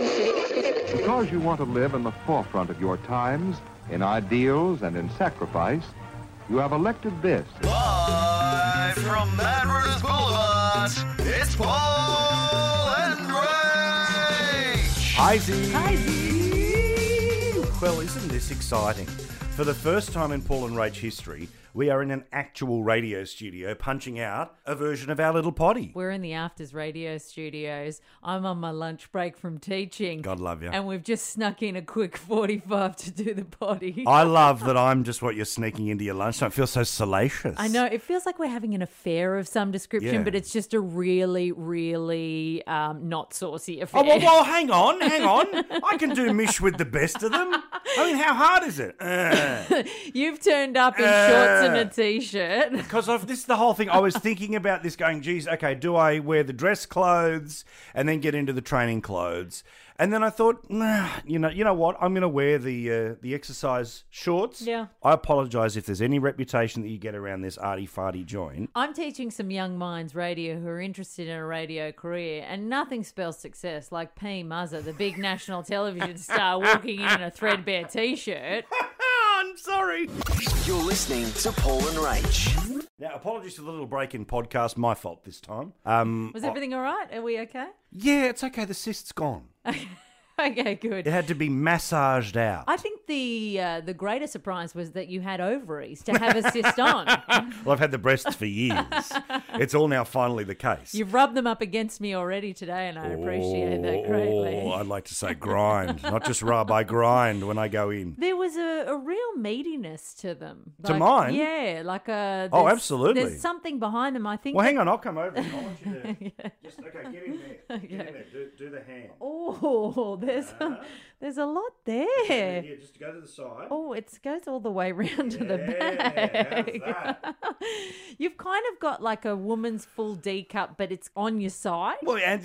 Because you want to live in the forefront of your times, in ideals and in sacrifice, you have elected this. Live from Mad Runners Boulevard, it's Paul and Ray. Hi, Z. Well, isn't this exciting? For the first time in Paul and Rach history, we are in an actual radio studio punching out a version of our little potty. We're in the Afters Radio studios. I'm on my lunch break from teaching. God love you. And we've just snuck in a quick 45 to do the potty. I love that I'm just what you're sneaking into your lunch. I feel so salacious. I know it feels like we're having an affair of some description, Yeah. but it's just a really, really um, not saucy affair. Oh, well, well, hang on, hang on. I can do mish with the best of them. I mean, how hard is it? You've turned up in Uh. shorts and a t-shirt. Because of this, is the whole thing. I was thinking about this, going, "Geez, okay, do I wear the dress clothes and then get into the training clothes?" And then I thought, nah, you know, you know what? I'm going to wear the uh, the exercise shorts. Yeah. I apologise if there's any reputation that you get around this arty farty joint. I'm teaching some young minds radio who are interested in a radio career, and nothing spells success like P. Muzza, the big national television star, walking in in a threadbare t-shirt. Ah, I'm sorry. You're listening to Paul and Rach. Now, apologies for the little break in podcast. My fault this time. Um, Was everything all right? Are we okay? yeah, it's okay. The cyst's gone. Okay, good. It had to be massaged out. I think the uh, the greater surprise was that you had ovaries to have a cyst on. Well, I've had the breasts for years. it's all now finally the case. You've rubbed them up against me already today, and I appreciate that greatly. Oh, I'd like to say grind, not just rub. I grind when I go in. There was a, a real meatiness to them. To Like, mine? Yeah, like a. Oh, there's- absolutely. There's something behind them. I think. Well, that- hang on, I'll come over. I want you to just okay. Get in there. Get Okay. in there. Do, do the hand. Oh, there's a, there's a lot there. Yeah, just go to the side. Oh, it goes all the way round to the Yeah, back. how's that? You've kind of got like a woman's full D cup, but it's on your side. Well, and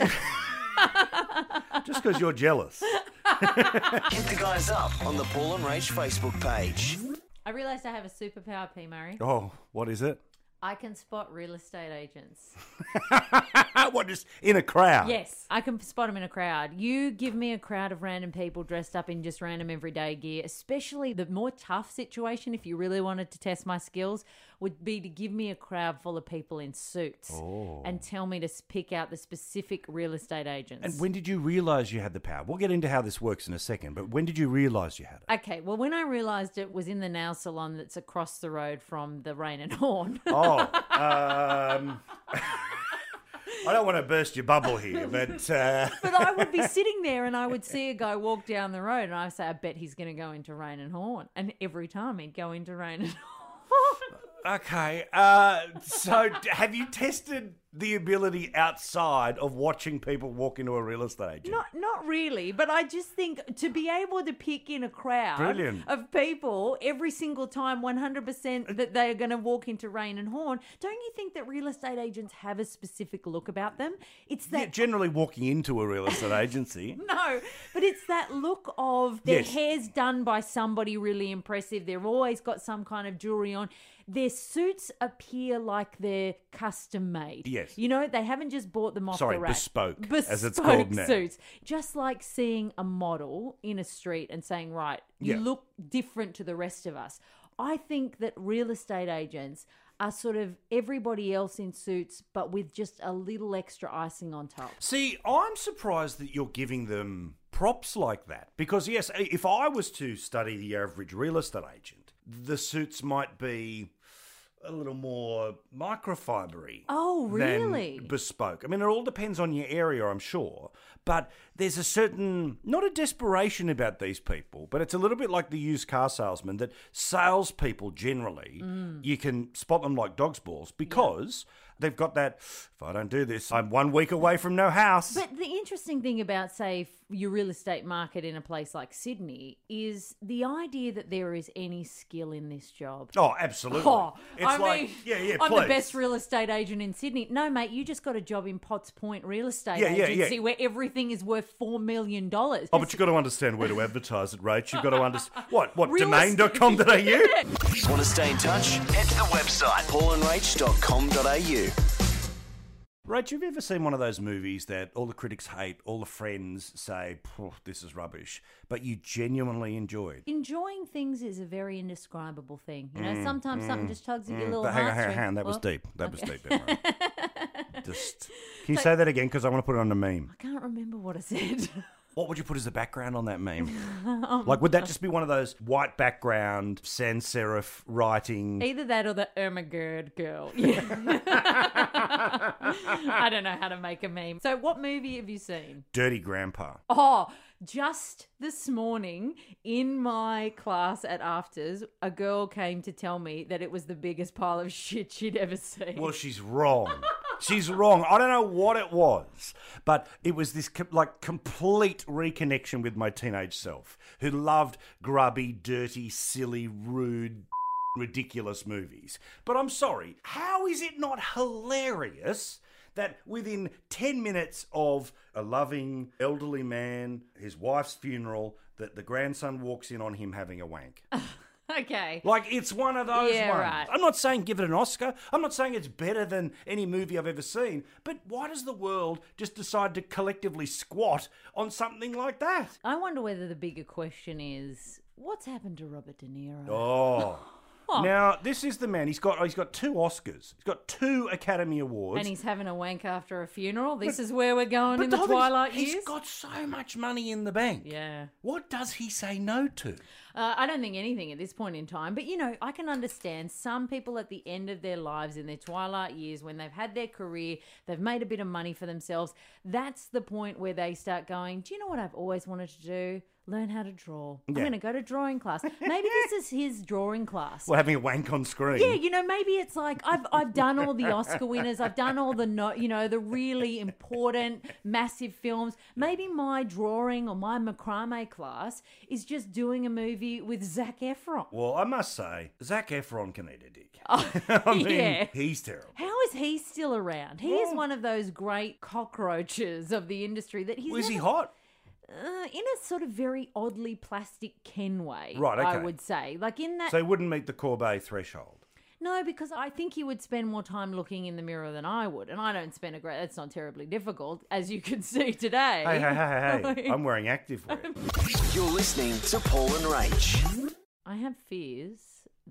just because you're jealous. Hit the guys up on the Paul and Rach Facebook page. I realised I have a superpower, P. Murray. Oh, what is it? I can spot real estate agents. what is in a crowd? Yes, I can spot them in a crowd. You give me a crowd of random people dressed up in just random everyday gear, especially the more tough situation, if you really wanted to test my skills, would be to give me a crowd full of people in suits Oh. and tell me to s- pick out the specific real estate agents. And when did you realise you had the power? We'll get into how this works in a second. But when did you realise you had it? Okay, well, when I realised it was in the nail salon that's across the road from the Rain and Horn. Oh, um, I don't want to burst your bubble here, but uh, But I would be sitting there and I would see a guy walk down the road and I would say, I bet he's going to go into rain and horn. And every time he'd go into rain and horn. okay. Uh, so, d- have you tested the ability outside of watching people walk into a real estate agent? Not, not really, but I just think to be able to pick in a crowd Brilliant. of people every single time, 100% that they are going to walk into rain and horn, don't you think that real estate agents have a specific look about them? It's Yeah, that generally walking into a real estate agency. No, but it's that look of their Yes. hair's done by somebody really impressive. They've always got some kind of jewelry on. Their suits appear like they're custom made. Yes. You know, they haven't just bought them off Sorry, the rack. bespoke, Bespoke as it's called now. suits. Just like seeing a model in a street and saying, right, you Yeah. look different to the rest of us. I think that real estate agents are sort of everybody else in suits, but with just a little extra icing on top. See, I'm surprised that you're giving them props like that because, yes, if I was to study the average real estate agent, the suits might be a little more microfibery. Oh, than really? bespoke. I mean, it all depends on your area, I'm sure, but there's a certain not a desperation about these people, but it's a little bit like the used car salesman that salespeople generally Mm. you can spot them like dog's balls because they've got that. If I don't do this, I'm one week away from no house. But the interesting thing about, say, f- your real estate market in a place like Sydney is the idea that there is any skill in this job. Oh, absolutely. it's I like mean, yeah, yeah. I'm the please. best real estate agent in Sydney. No, mate, you just got a job in Potts Point Real Estate Yeah, yeah, yeah. Agency where everything is worth four million dollars. Oh, but you've got to understand where to advertise it, Rach. You've got to understand what what Real domain.com.au. Want to stay in touch? Head to the website paulandrach.com.au. Rach, have you ever seen one of those movies that all the critics hate, all the friends say, "Phew, this is rubbish, but you genuinely enjoyed? Enjoying things is a very indescribable thing. You know, sometimes something just tugs at your little Mm, But hang on, hang on, heartstring. hang on. That was Well, deep. That was deep. Emma. Just can you say that again? Because I want to put it on a meme. I can't remember what I said. What would you put as the background on that meme? like, would that just be one of those white background sans serif writing? Either that or the Ermagerd girl. Yeah. I don't know how to make a meme. So, what movie have you seen? Dirty grandpa. Oh, just this morning in my class at afters, a girl came to tell me that it was the biggest pile of shit she'd ever seen. Well, she's wrong. She's wrong. I don't know what it was, but it was this com- like complete reconnection with my teenage self, who loved grubby, dirty, silly, rude, ridiculous movies. But I'm sorry, how is it not hilarious? That within 10 minutes of a loving elderly man, his wife's funeral, that the grandson walks in on him having a wank. okay. Like it's one of those Yeah, ones. right. I'm not saying give it an Oscar. I'm not saying it's better than any movie I've ever seen. But why does the world just decide to collectively squat on something like that? I wonder whether the bigger question is what's happened to Robert De Niro? Oh. Now this is the man. He's got he's got two Oscars. He's got two Academy Awards. And he's having a wank after a funeral. This is where we're going in the, whole thing is, twilight years. He's got so much money in the bank. yeah. What does he say no to? Uh, I don't think anything at this point in time, but you know, I can understand some people at the end of their lives, in their twilight years, when they've had their career, they've made a bit of money for themselves. That's the point where they start going, Do you know what I've always wanted to do? Learn how to draw. I'm Yeah. going to go to drawing class. Maybe this is his drawing class. Well, having a wank on screen. Yeah, you know, maybe it's like I've I've done all the Oscar winners, I've done all the no, you know the really important massive films. Maybe my drawing or my macrame class is just doing a movie with Zac Efron. Well, I must say, Zach Efron can eat a dick. I mean, Oh, yeah. he's terrible. How is he still around? He is one of those great cockroaches of the industry that he's Well, is he never- hot? Uh, in a sort of very oddly plastic Ken way. Right, I okay. would say, like in that So he wouldn't meet the Corbet threshold. No, because I think he would spend more time looking in the mirror than I would, and I don't spend a great. That's not terribly difficult, as you can see today. Hey, hey, hey, hey, hey. I'm wearing active wear. You're listening to Paul and Rach. I have fears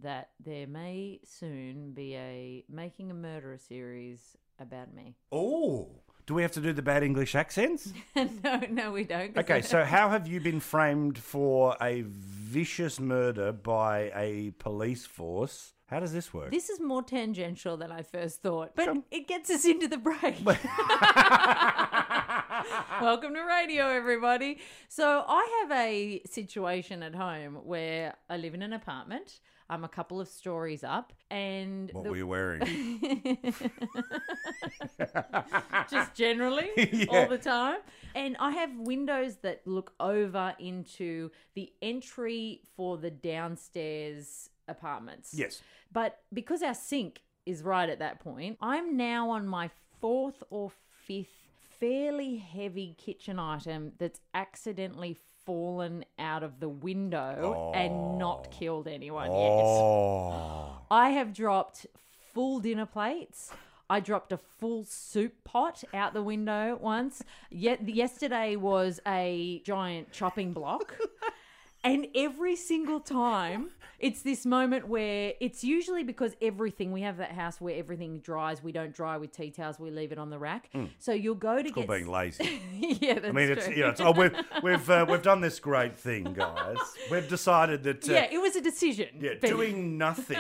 that there may soon be a making a murderer series about me. Oh, do we have to do the bad English accents? no, no, we don't. 'cause Okay, so how have you been framed for a vicious murder by a police force? How does this work? This is more tangential than I first thought, but it gets us into the break. Welcome to radio, everybody. So, I have a situation at home where I live in an apartment. I'm a couple of stories up, and what the- were you wearing? just generally all the time. And I have windows that look over into the entry for the downstairs apartments. yes. But because our sink is right at that point, I'm now on my fourth or fifth fairly heavy kitchen item that's accidentally fallen out of the window and not killed anyone yet. Oh. I have dropped full dinner plates. I dropped a full soup pot out the window once. Yet yesterday was a giant chopping block. And every single time, it's this moment where it's usually because everything we have that house where everything dries. We don't dry with tea towels. We leave it on the rack. So you'll go to Hmm. Called get being lazy. yeah, that's I mean, it's, true. you know, it's oh, we've we've uh, we've done this great thing, guys. We've decided that uh, yeah, it was a decision. yeah, Ben. doing nothing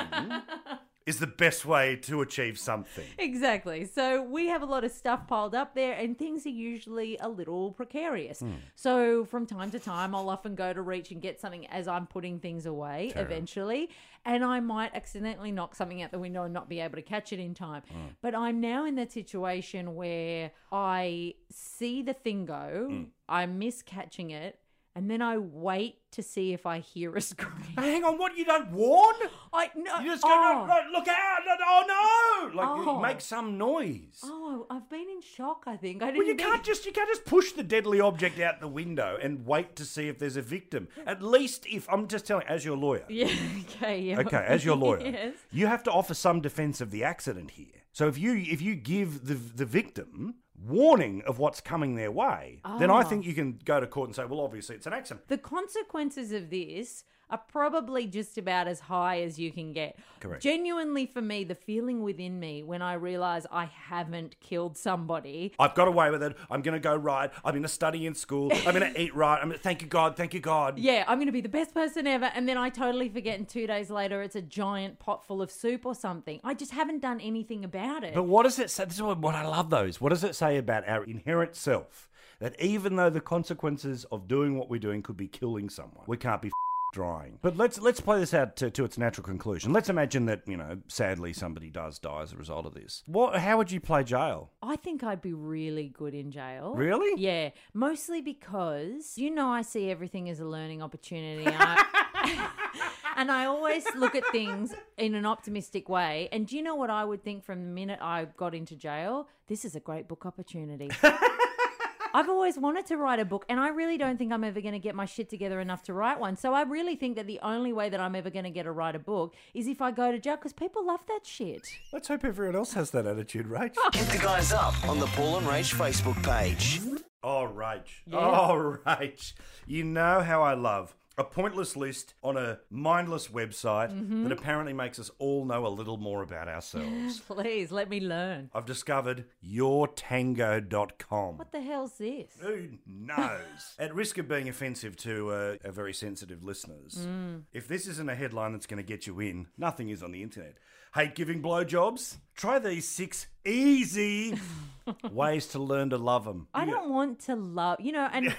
is the best way to achieve something. Exactly. So we have a lot of stuff piled up there, and things are usually a little precarious. Hmm. So from time to time, I'll often go to reach and get something as I'm putting things away eventually, and I might accidentally knock something out the window and not be able to catch it in time. Hmm. But I'm now in that situation where I see the thing go, Hmm. I miss catching it. And then I wait to see if I hear a scream. Hang on, what? You don't warn? I no. You just go, no, oh. no, look out! No, no, oh no! Like, Oh. you make some noise. Oh, I've been in shock. I think I didn't. Well, you think- can't just you can't just push the deadly object out the window and wait to see if there's a victim. At least, if I'm just telling, as your lawyer, Yeah. Okay. Yeah. okay, as your lawyer, yes. you have to offer some defense of the accident here. So if you if you give the the victim warning of what's coming their way, then Ah. I think you can go to court and say, well, obviously it's an accident. The consequences of this are probably just about as high as you can get. Correct. Genuinely, for me, the feeling within me when I realize I haven't killed somebody. I've got away with it. I'm going to go right. I'm going to study in school. I'm going to eat right. I'm gonna, thank you God. Thank you God. Yeah, I'm going to be the best person ever. And then I totally forget, and two days later, it's a giant pot full of soup or something. I just haven't done anything about it. But what does it say? This is what, what I love those. What does it say about our inherent self? That even though the consequences of doing what we're doing could be killing someone, we can't be drying. But let's let's play this out to, to its natural conclusion. Let's imagine that you know, sadly, somebody does die as a result of this. What? How would you play jail? I think I'd be really good in jail. Really? Yeah, mostly because you know I see everything as a learning opportunity. And I, and I always look at things in an optimistic way. And do you know what I would think from the minute I got into jail? This is a great book opportunity. I've always wanted to write a book, and I really don't think I'm ever going to get my shit together enough to write one. So I really think that the only way that I'm ever going to get to write a book is if I go to jail because people love that shit. Let's hope everyone else has that attitude, Rach. Hit the guys up on the Paul and Rach Facebook page. Oh, Rach. Oh, Rach. You know how I love a pointless list on a mindless website Mm-hmm. that apparently makes us all know a little more about ourselves. Please let me learn. I've discovered yourtango.com. What the hell's this? Who knows? At risk of being offensive to uh, our very sensitive listeners, Mm. if this isn't a headline that's going to get you in, nothing is on the internet. Hate giving blowjobs? Try these six easy ways to learn to love them. I don't want to love, you know, and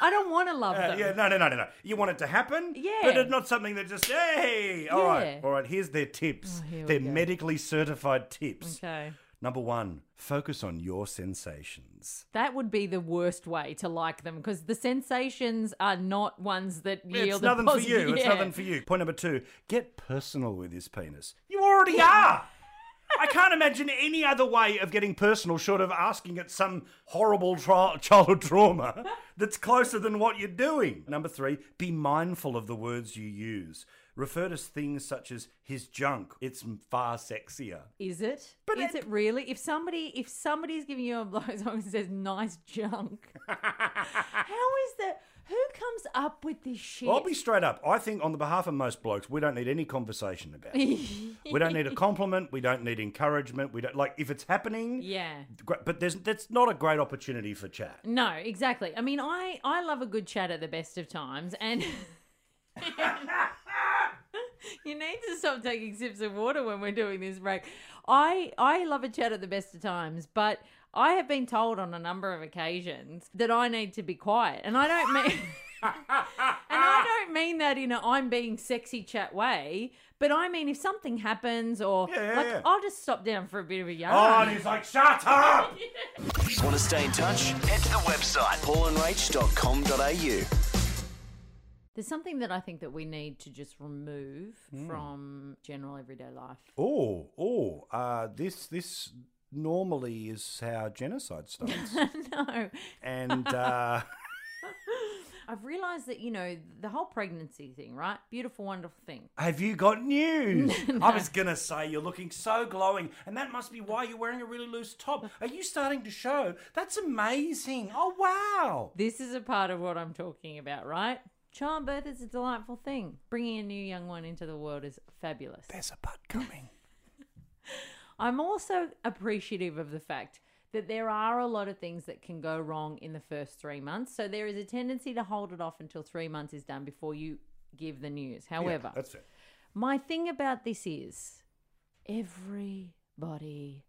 I don't want to love Uh, them. yeah, no, no, no, no, no. You want it to happen, Yeah. but it's not something that just hey. All right, Yeah. Oh, all right. Here's their tips. here we their go. medically certified tips. Okay. Number one, focus on your sensations. That would be the worst way to like them because the sensations are not ones that yield. it's a nothing for positive- you. It's Yeah. nothing for you. Point number two, get personal with this penis. You already are. I can't imagine any other way of getting personal short of asking at some horrible tra- childhood trauma that's closer than what you're doing. Number three, be mindful of the words you use. Refer to things such as his junk. It's far sexier. Is it? But is it- it, really? If somebody, if somebody's giving you a blowjob and says "nice junk," how is that? Who comes up with this shit? I'll be straight up. I think, on the behalf of most blokes, we don't need any conversation about it. we don't need a compliment. We don't need encouragement. We don't like if it's happening. yeah. Great- but there's that's not a great opportunity for chat. No, exactly. I mean, I I love a good chat at the best of times, and you need to stop taking sips of water when we're doing this break. I I love a chat at the best of times, but I have been told on a number of occasions that I need to be quiet, and I don't mean. And I don't mean that in a I'm being sexy chat way, but I mean if something happens or yeah, like yeah. I'll just stop down for a bit of a yarn. Oh, and he's like, shut up! Want to stay in touch? Head to the website paulandrach.com.au. There's something that I think that we need to just remove from general everyday life. oh, oh, uh, this this normally is how genocide starts, no, and uh, I've realised that you know the whole pregnancy thing, right? Beautiful, wonderful thing. have you got news? I was gonna say you're looking so glowing, and that must be why you're wearing a really loose top. Are you starting to show? That's amazing! Oh wow! This is a part of what I'm talking about, right? Childbirth is a delightful thing. Bringing a new young one into the world is fabulous. There's a butt coming. I'm also appreciative of the fact that there are a lot of things that can go wrong in the first three months. So there is a tendency to hold it off until three months is done before you give the news. However, that's it. My thing about this is everybody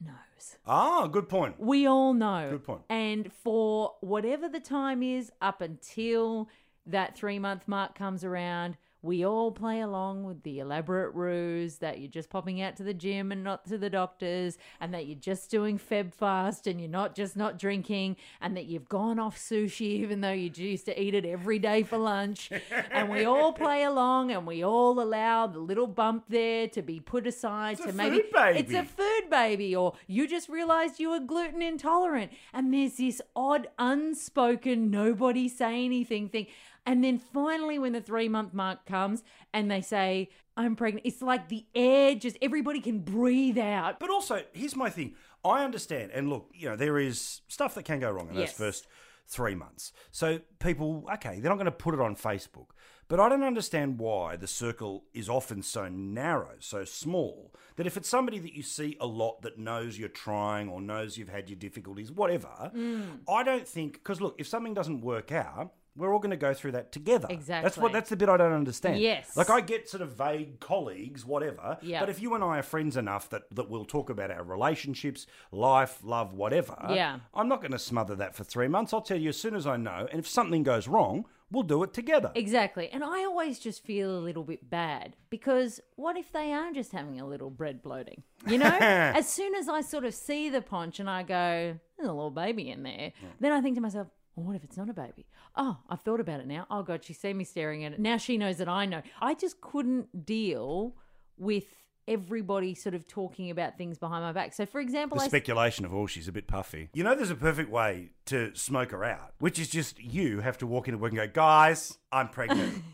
knows. Ah, good point. We all know. Good point. And for whatever the time is up until that three month mark comes around, we all play along with the elaborate ruse that you're just popping out to the gym and not to the doctors, and that you're just doing Feb fast and you're not just not drinking, and that you've gone off sushi even though you used to eat it every day for lunch. and we all play along and we all allow the little bump there to be put aside It's a to maybe food baby. it's a food baby or you just realized you were gluten intolerant and there's this odd unspoken nobody say anything thing and then finally when the 3 month mark comes and they say I'm pregnant. It's like the air just everybody can breathe out. But also, here's my thing. I understand, and look, you know, there is stuff that can go wrong in Yes. those first three months. So people, okay, they're not going to put it on Facebook. But I don't understand why the circle is often so narrow, so small, that if it's somebody that you see a lot that knows you're trying or knows you've had your difficulties, whatever, Mm. I don't think, because look, if something doesn't work out, we're all going to go through that together. That's Exactly. what that's the bit I don't understand. Yes. Like I get sort of vague colleagues, whatever. Yeah. But if you and I are friends enough that, that we'll talk about our relationships, life, love, whatever. Yeah. I'm not going to smother that for three months. I'll tell you as soon as I know. And if something goes wrong, we'll do it together. Exactly. And I always just feel a little bit bad because what if they are just having a little bread bloating? You know? as soon as I sort of see the punch and I go, there's a little baby in there, then I think to myself, well, what if it's not a baby? Oh, I've thought about it now. Oh, God, she's seen me staring at it. Now she knows that I know. I just couldn't deal with everybody sort of talking about things behind my back. So, for example, the I. speculation of, oh, she's a bit puffy. You know, there's a perfect way to smoke her out, which is just you have to walk into work and go, guys, I'm pregnant.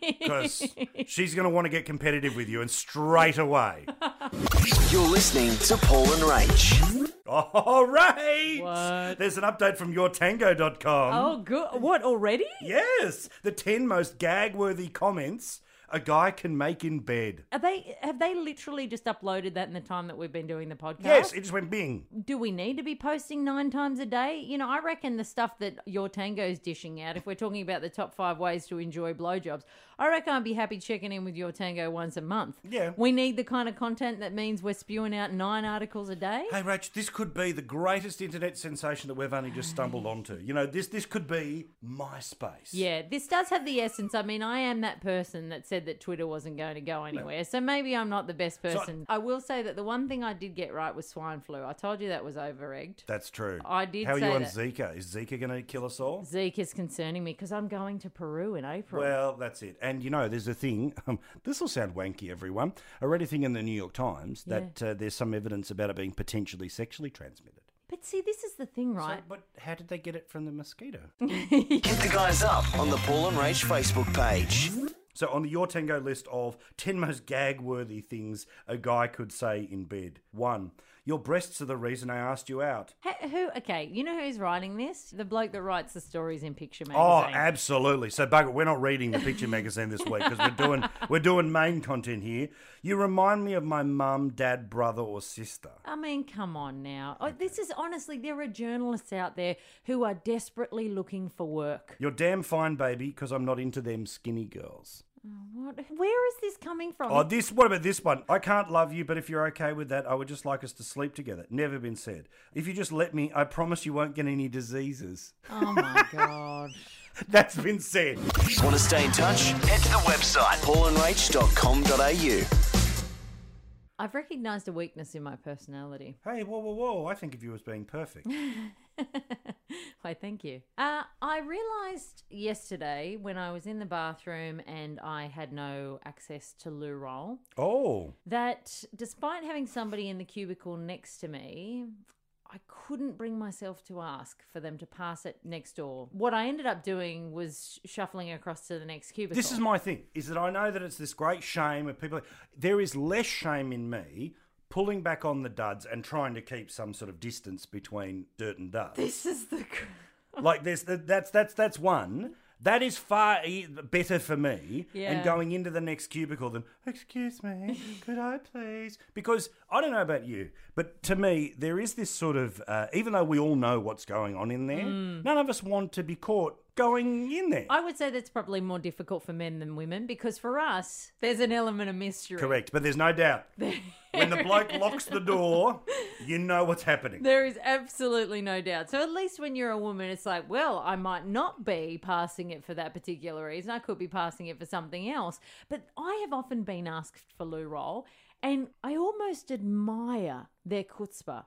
Because she's going to want to get competitive with you, and straight away. You're listening to Paul and Rach. All right. What? There's an update from yourtango.com. oh, good. What, already? Yes, the 10 most gag worthy comments a guy can make in bed. Are they have they literally just uploaded that in the time that we've been doing the podcast? Yes, it just went bing. do we need to be posting nine times a day? You know, I reckon the stuff that your tango's dishing out, if we're talking about the top five ways to enjoy blowjobs, I reckon I'd be happy checking in with your tango once a month. Yeah. We need the kind of content that means we're spewing out nine articles a day. Hey, Rach, this could be the greatest internet sensation that we've only just stumbled onto. You know, this this could be MySpace. Yeah, this does have the essence. I mean, I am that person that said that Twitter wasn't going to go anywhere, so maybe I'm not the best person. I will say that the one thing I did get right was swine flu. I told you that was over egged. That's true. I did How say are you on that. Zika? Is Zika going to kill us all? Zeke is concerning me because I'm going to Peru in April. Well, that's it. And you know, there's a thing, um, this will sound wanky, everyone. I read a thing in the New York Times Yeah. that uh, there's some evidence about it being potentially sexually transmitted. But see, this is the thing, So, right? but how did they get it from the mosquito? Hit the guys up on the Paul and Rach Facebook page. So on the Your Tango list of 10 most gag-worthy things a guy could say in bed. One, your breasts are the reason I asked you out. Hey, who? Okay, you know who's writing this? The bloke that writes the stories in Picture Magazine. Oh, absolutely. So, Bugger, we're not reading the picture magazine this week because we're doing we're doing main content here. You remind me of my mum, dad, brother, or sister. I mean, come on now. Oh, this is honestly, there are journalists out there who are desperately looking for work. You're damn fine, baby, because I'm not into them skinny girls. What? Where is this coming from? Oh, this. What about this one? I can't love you, but if you're okay with that, I would just like us to sleep together. Never been said. If you just let me, I promise you won't get any diseases. oh my god. That's been said. Want to stay in touch? Head to the website paulandrach.com.au. I've recognised a weakness in my personality. Hey, whoa, whoa, whoa! I think of you as being perfect. Why, thank you. Uh, I realised yesterday when I was in the bathroom and I had no access to loo roll. oh, that despite having somebody in the cubicle next to me, I couldn't bring myself to ask for them to pass it next door. What I ended up doing was shuffling across to the next cubicle. this is my thing. Is that I know that it's this great shame of people. There is less shame in me pulling back on the duds and trying to keep some sort of distance between dirt and dust. this is the cr- like this that's that's that's one that is far e- better for me Yeah. and going into the next cubicle than excuse me could i please because i don't know about you but to me there is this sort of uh, even though we all know what's going on in there Mm. none of us want to be caught going in there I would say that's probably more difficult for men than women because for us, there's an element of mystery. correct but there's no doubt when the bloke locks the door you know what's happening There is absolutely no doubt. So at least when you're a woman, it's like, well, I might not be passing it for that particular reason. I could be passing it for something else. But I have often been asked for loo roll, and I almost admire their chutzpah.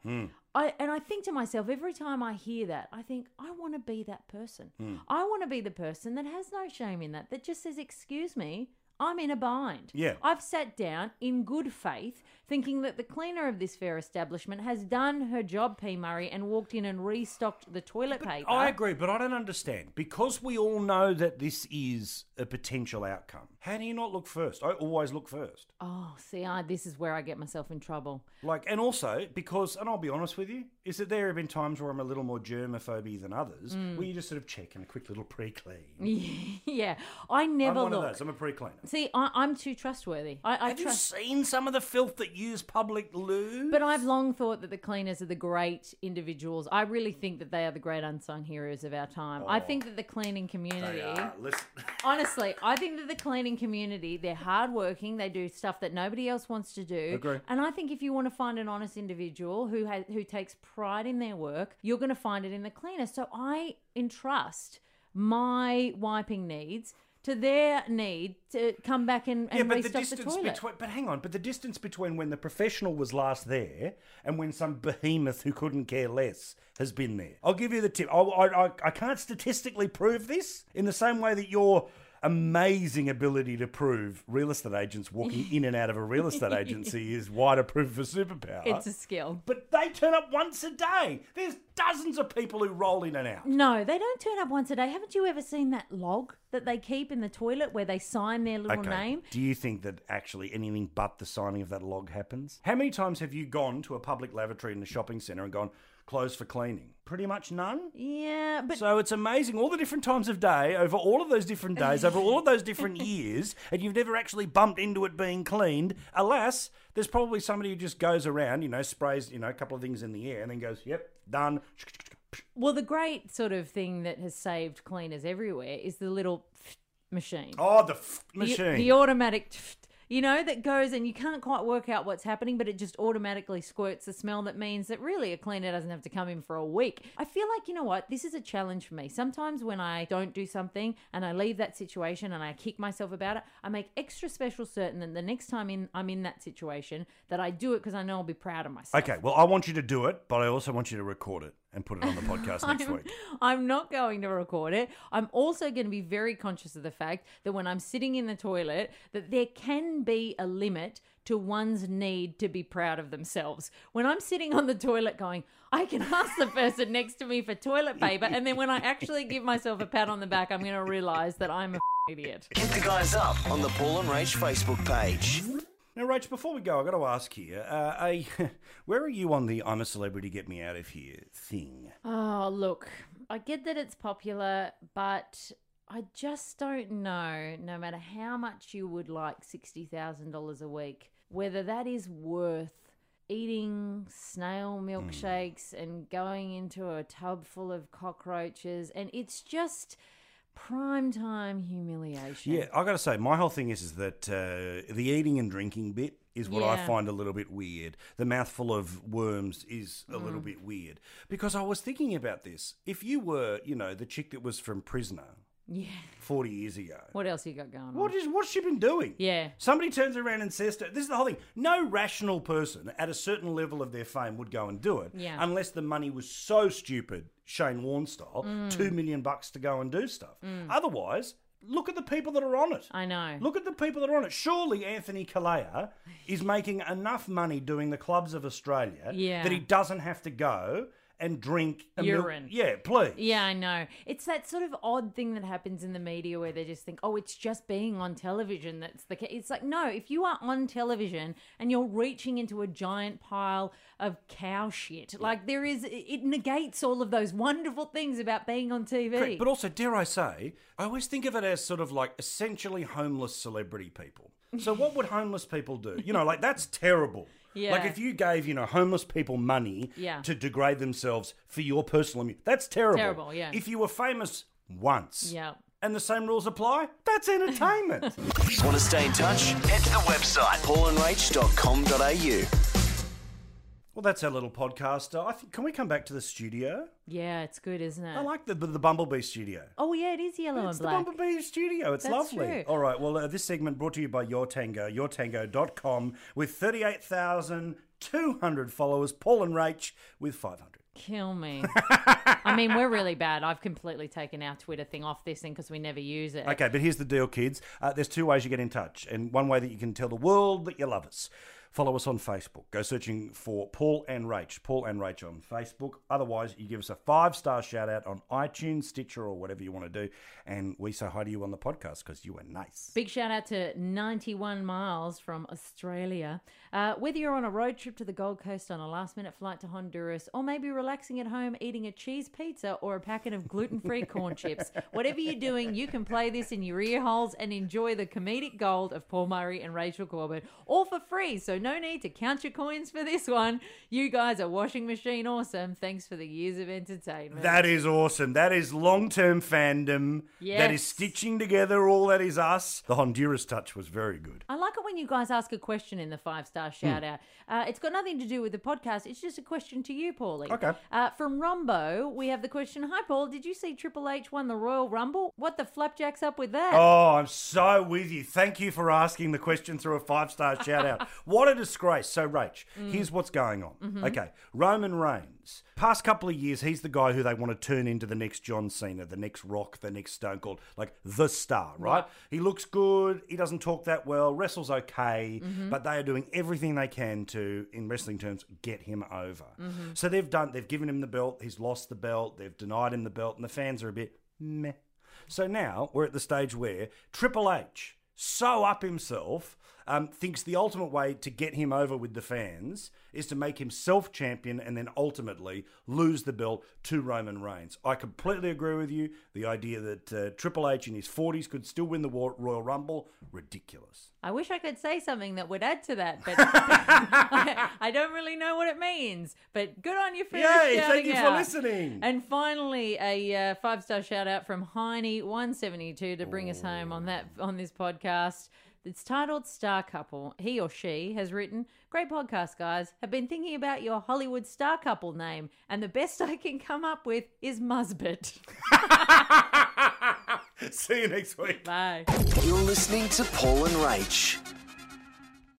I, and I think to myself every time I hear that, I think I want to be that person. I want to be the person that has no shame in that, that just says, "Excuse me, I'm in a bind." Yeah. I've sat down in good faith, thinking that the cleaner of this fair establishment has done her job, P. Murray, and walked in and restocked the toilet paper. I agree, but I don't understand because we all know that this is a potential outcome. How do you not look first? I always look first. Oh, see, I, this is where I get myself in trouble. Like, and also because, and I'll be honest with you, is that there have been times where I'm a little more germophobic than others, Mm. where you just sort of check in a quick little pre-clean. yeah, I never I'm one look. of those. I'm a pre-cleaner. See, I, I'm too trustworthy. I, I Have you trust. seen some of the filth that use public loo? But I've long thought that the cleaners are the great individuals. I really think that they are the great unsung heroes of our time. Oh. I think that the cleaning community. listen. Honestly, I think that the cleaning community, they're hardworking, they do stuff that nobody else wants to do. Agree. And I think if you want to find an honest individual who has who takes pride in their work, you're going to find it in the cleaner. So I entrust my wiping needs to their need to come back and, and Yeah, but the restock the, distance toilet. between. But hang on. But the distance between when the professional was last there and when some behemoth who couldn't care less has been there. I'll give you the tip. I, I, I, I can't statistically prove this in the same way that your amazing ability to prove real estate agents walking in and out of a real estate agency is wider proof for superpower. it's a skill. but they turn up once a day. There's dozens of people who roll in and out. No, they don't turn up once a day. Haven't you ever seen that log that they keep in the toilet where they sign their little name? Do you think that actually anything but the signing of that log happens? How many times have you gone to a public lavatory in a shopping centre and gone, closed for cleaning? Pretty much none. Yeah, but So it's amazing all the different times of day, over all of those different days, over all of those different years, and you've never actually bumped into it being cleaned. Alas, there's probably somebody who just goes around, you know, sprays, you know, a couple of things in the air and then goes, yep, done. Well, the great sort of thing that has saved cleaners everywhere is the little machine. Oh, the f- The- machine. The, automatic, you know, that goes and you can't quite work out what's happening, but it just automatically squirts the smell that means that really a cleaner doesn't have to come in for a week. I feel like, you know what, this is a challenge for me. Sometimes when I don't do something and I leave that situation and I kick myself about it, I make extra special certain that the next time in, I'm in that situation that I do it because I know I'll be proud of myself. okay, well, I want you to do it, but I also want you to record it and put it on the podcast next I'm, week. I'm not going to record it. I'm also going to be very conscious of the fact that when I'm sitting in the toilet, that there can be a limit to one's need to be proud of themselves. When I'm sitting on the toilet going, I can ask the person next to me for toilet paper, and then when I actually give myself a pat on the back, I'm going to realize that I'm a idiot. Hit the guys up on the Paul and Rach Facebook page. Now, Rach, before we go, I've got to ask here, uh, I, where are you on the I'm a celebrity, get me out of here thing? Oh, look, I get that it's popular, but I just don't know, no matter how much you would like $60,000 a week, whether that is worth eating snail milkshakes Hmm. and going into a tub full of cockroaches. And it's just prime time humiliation. Yeah, i got to say, my whole thing is, is that uh, the eating and drinking bit is what I Yeah. find a little bit weird. The mouthful of worms is a Mm. little bit weird. Because I was thinking about this. If you were, you know, the chick that was from Prisoner Yeah. 40 years ago, What else you got going what on? is, what's she been doing? Yeah. Somebody turns around and says to this is the whole thing. No rational person at a certain level of their fame would go and do it Yeah. unless the money was so stupid, Shane Warne style, Mm. two million bucks to go and do stuff. Otherwise, look at the people that are on it. I know. Look at the people that are on it. Surely Anthony Kalea is making enough money doing the clubs of Australia Yeah. that he doesn't have to go and drink a mil- Urine. yeah, please. Yeah, I know. It's that sort of odd thing that happens in the media where they just think, oh, it's just being on television that's the case. It's like, no, if you are on television and you're reaching into a giant pile of cow shit, like there is, it negates all of those wonderful things about being on TV. Correct. But also, dare I say, I always think of it as sort of like essentially homeless celebrity people. So what would homeless people do? You know, like that's terrible. Yeah. Like if you gave, you know, homeless people money Yeah. to degrade themselves for your personal amu- that's terrible. Terrible, yeah. If you were famous once. yeah. And the same rules apply? That's entertainment. Want to stay in touch? Head to the website paulandrach.com.au. well, that's our little podcast. Uh, I think can we come back to the studio? Yeah, it's good, isn't it? I like the the, the Bumblebee studio. oh, yeah, it is yellow It's and black. the Bumblebee Studio. It's That's lovely. true. All right. Well, uh, this segment brought to you by Your Tango, yourtango.com, with 38,200 followers, Paul and Rach with 500. Kill me. I mean, we're really bad. I've completely taken our Twitter thing off this thing because we never use it. Okay, but here's the deal, kids. Uh, there's two ways you get in touch, and one way that you can tell the world that you love us. Follow us on Facebook. Go searching for Paul and Rach, Paul and Rach on Facebook. Otherwise, you give us a five star shout out on iTunes, Stitcher, or whatever you want to do. And we say hi to you on the podcast because you are nice. Big shout out to 91 Miles from Australia. Uh, whether you're on a road trip to the Gold Coast on a last minute flight to Honduras, or maybe relaxing at home eating a cheese pizza or a packet of gluten free corn chips, whatever you're doing, you can play this in your ear holes and enjoy the comedic gold of Paul Murray and Rachel Corbett, all for free. So, no need to count your coins for this one. You guys are washing machine awesome. Thanks for the years of entertainment. That is awesome. That is long term fandom. That Yes. is stitching together all that is us. The Honduras touch was very good. I like it when you guys ask a question in the five Hmm. star shout out. Uh, it's got nothing to do with the podcast. It's just a question to you, Paulie. Okay. Uh, from Rumbo, we have the question Hi, Paul. Did you see Triple H won the Royal Rumble? What the flapjack's up with that? Oh, I'm so with you. Thank you for asking the question through a five star shout out. What a disgrace. So, Rach, here's what's going on. Okay, Roman Reigns. Past couple of years, he's the guy who they want to turn into the next John Cena, the next Rock, the next Stone Cold, like the star, right? He looks good. He doesn't talk that well. Wrestles okay, but they are doing everything they can to, in wrestling terms, get him over. So they've done. They've given him the belt. He's lost the belt. They've denied him the belt, and the fans are a bit meh. So now we're at the stage where Triple H, so up himself, um, thinks the ultimate way to get him over with the fans is to make himself champion and then ultimately lose the belt to Roman Reigns. I completely agree with you. The idea that uh, Triple H in his 40s could still win the War- Royal Rumble, ridiculous. I wish I could say something that would add to that, but I, I don't really know what it means. But good on you for Yay, shouting thank you for out. listening. And finally, a uh, five star shout out from Heine172 to bring us home on that on this podcast. It's titled Star Couple. He or she has written, Great podcast, guys. Have been thinking about your Hollywood star couple name, and the best I can come up with is Musbit. See you next week. Bye. You're listening to Paul and Rach.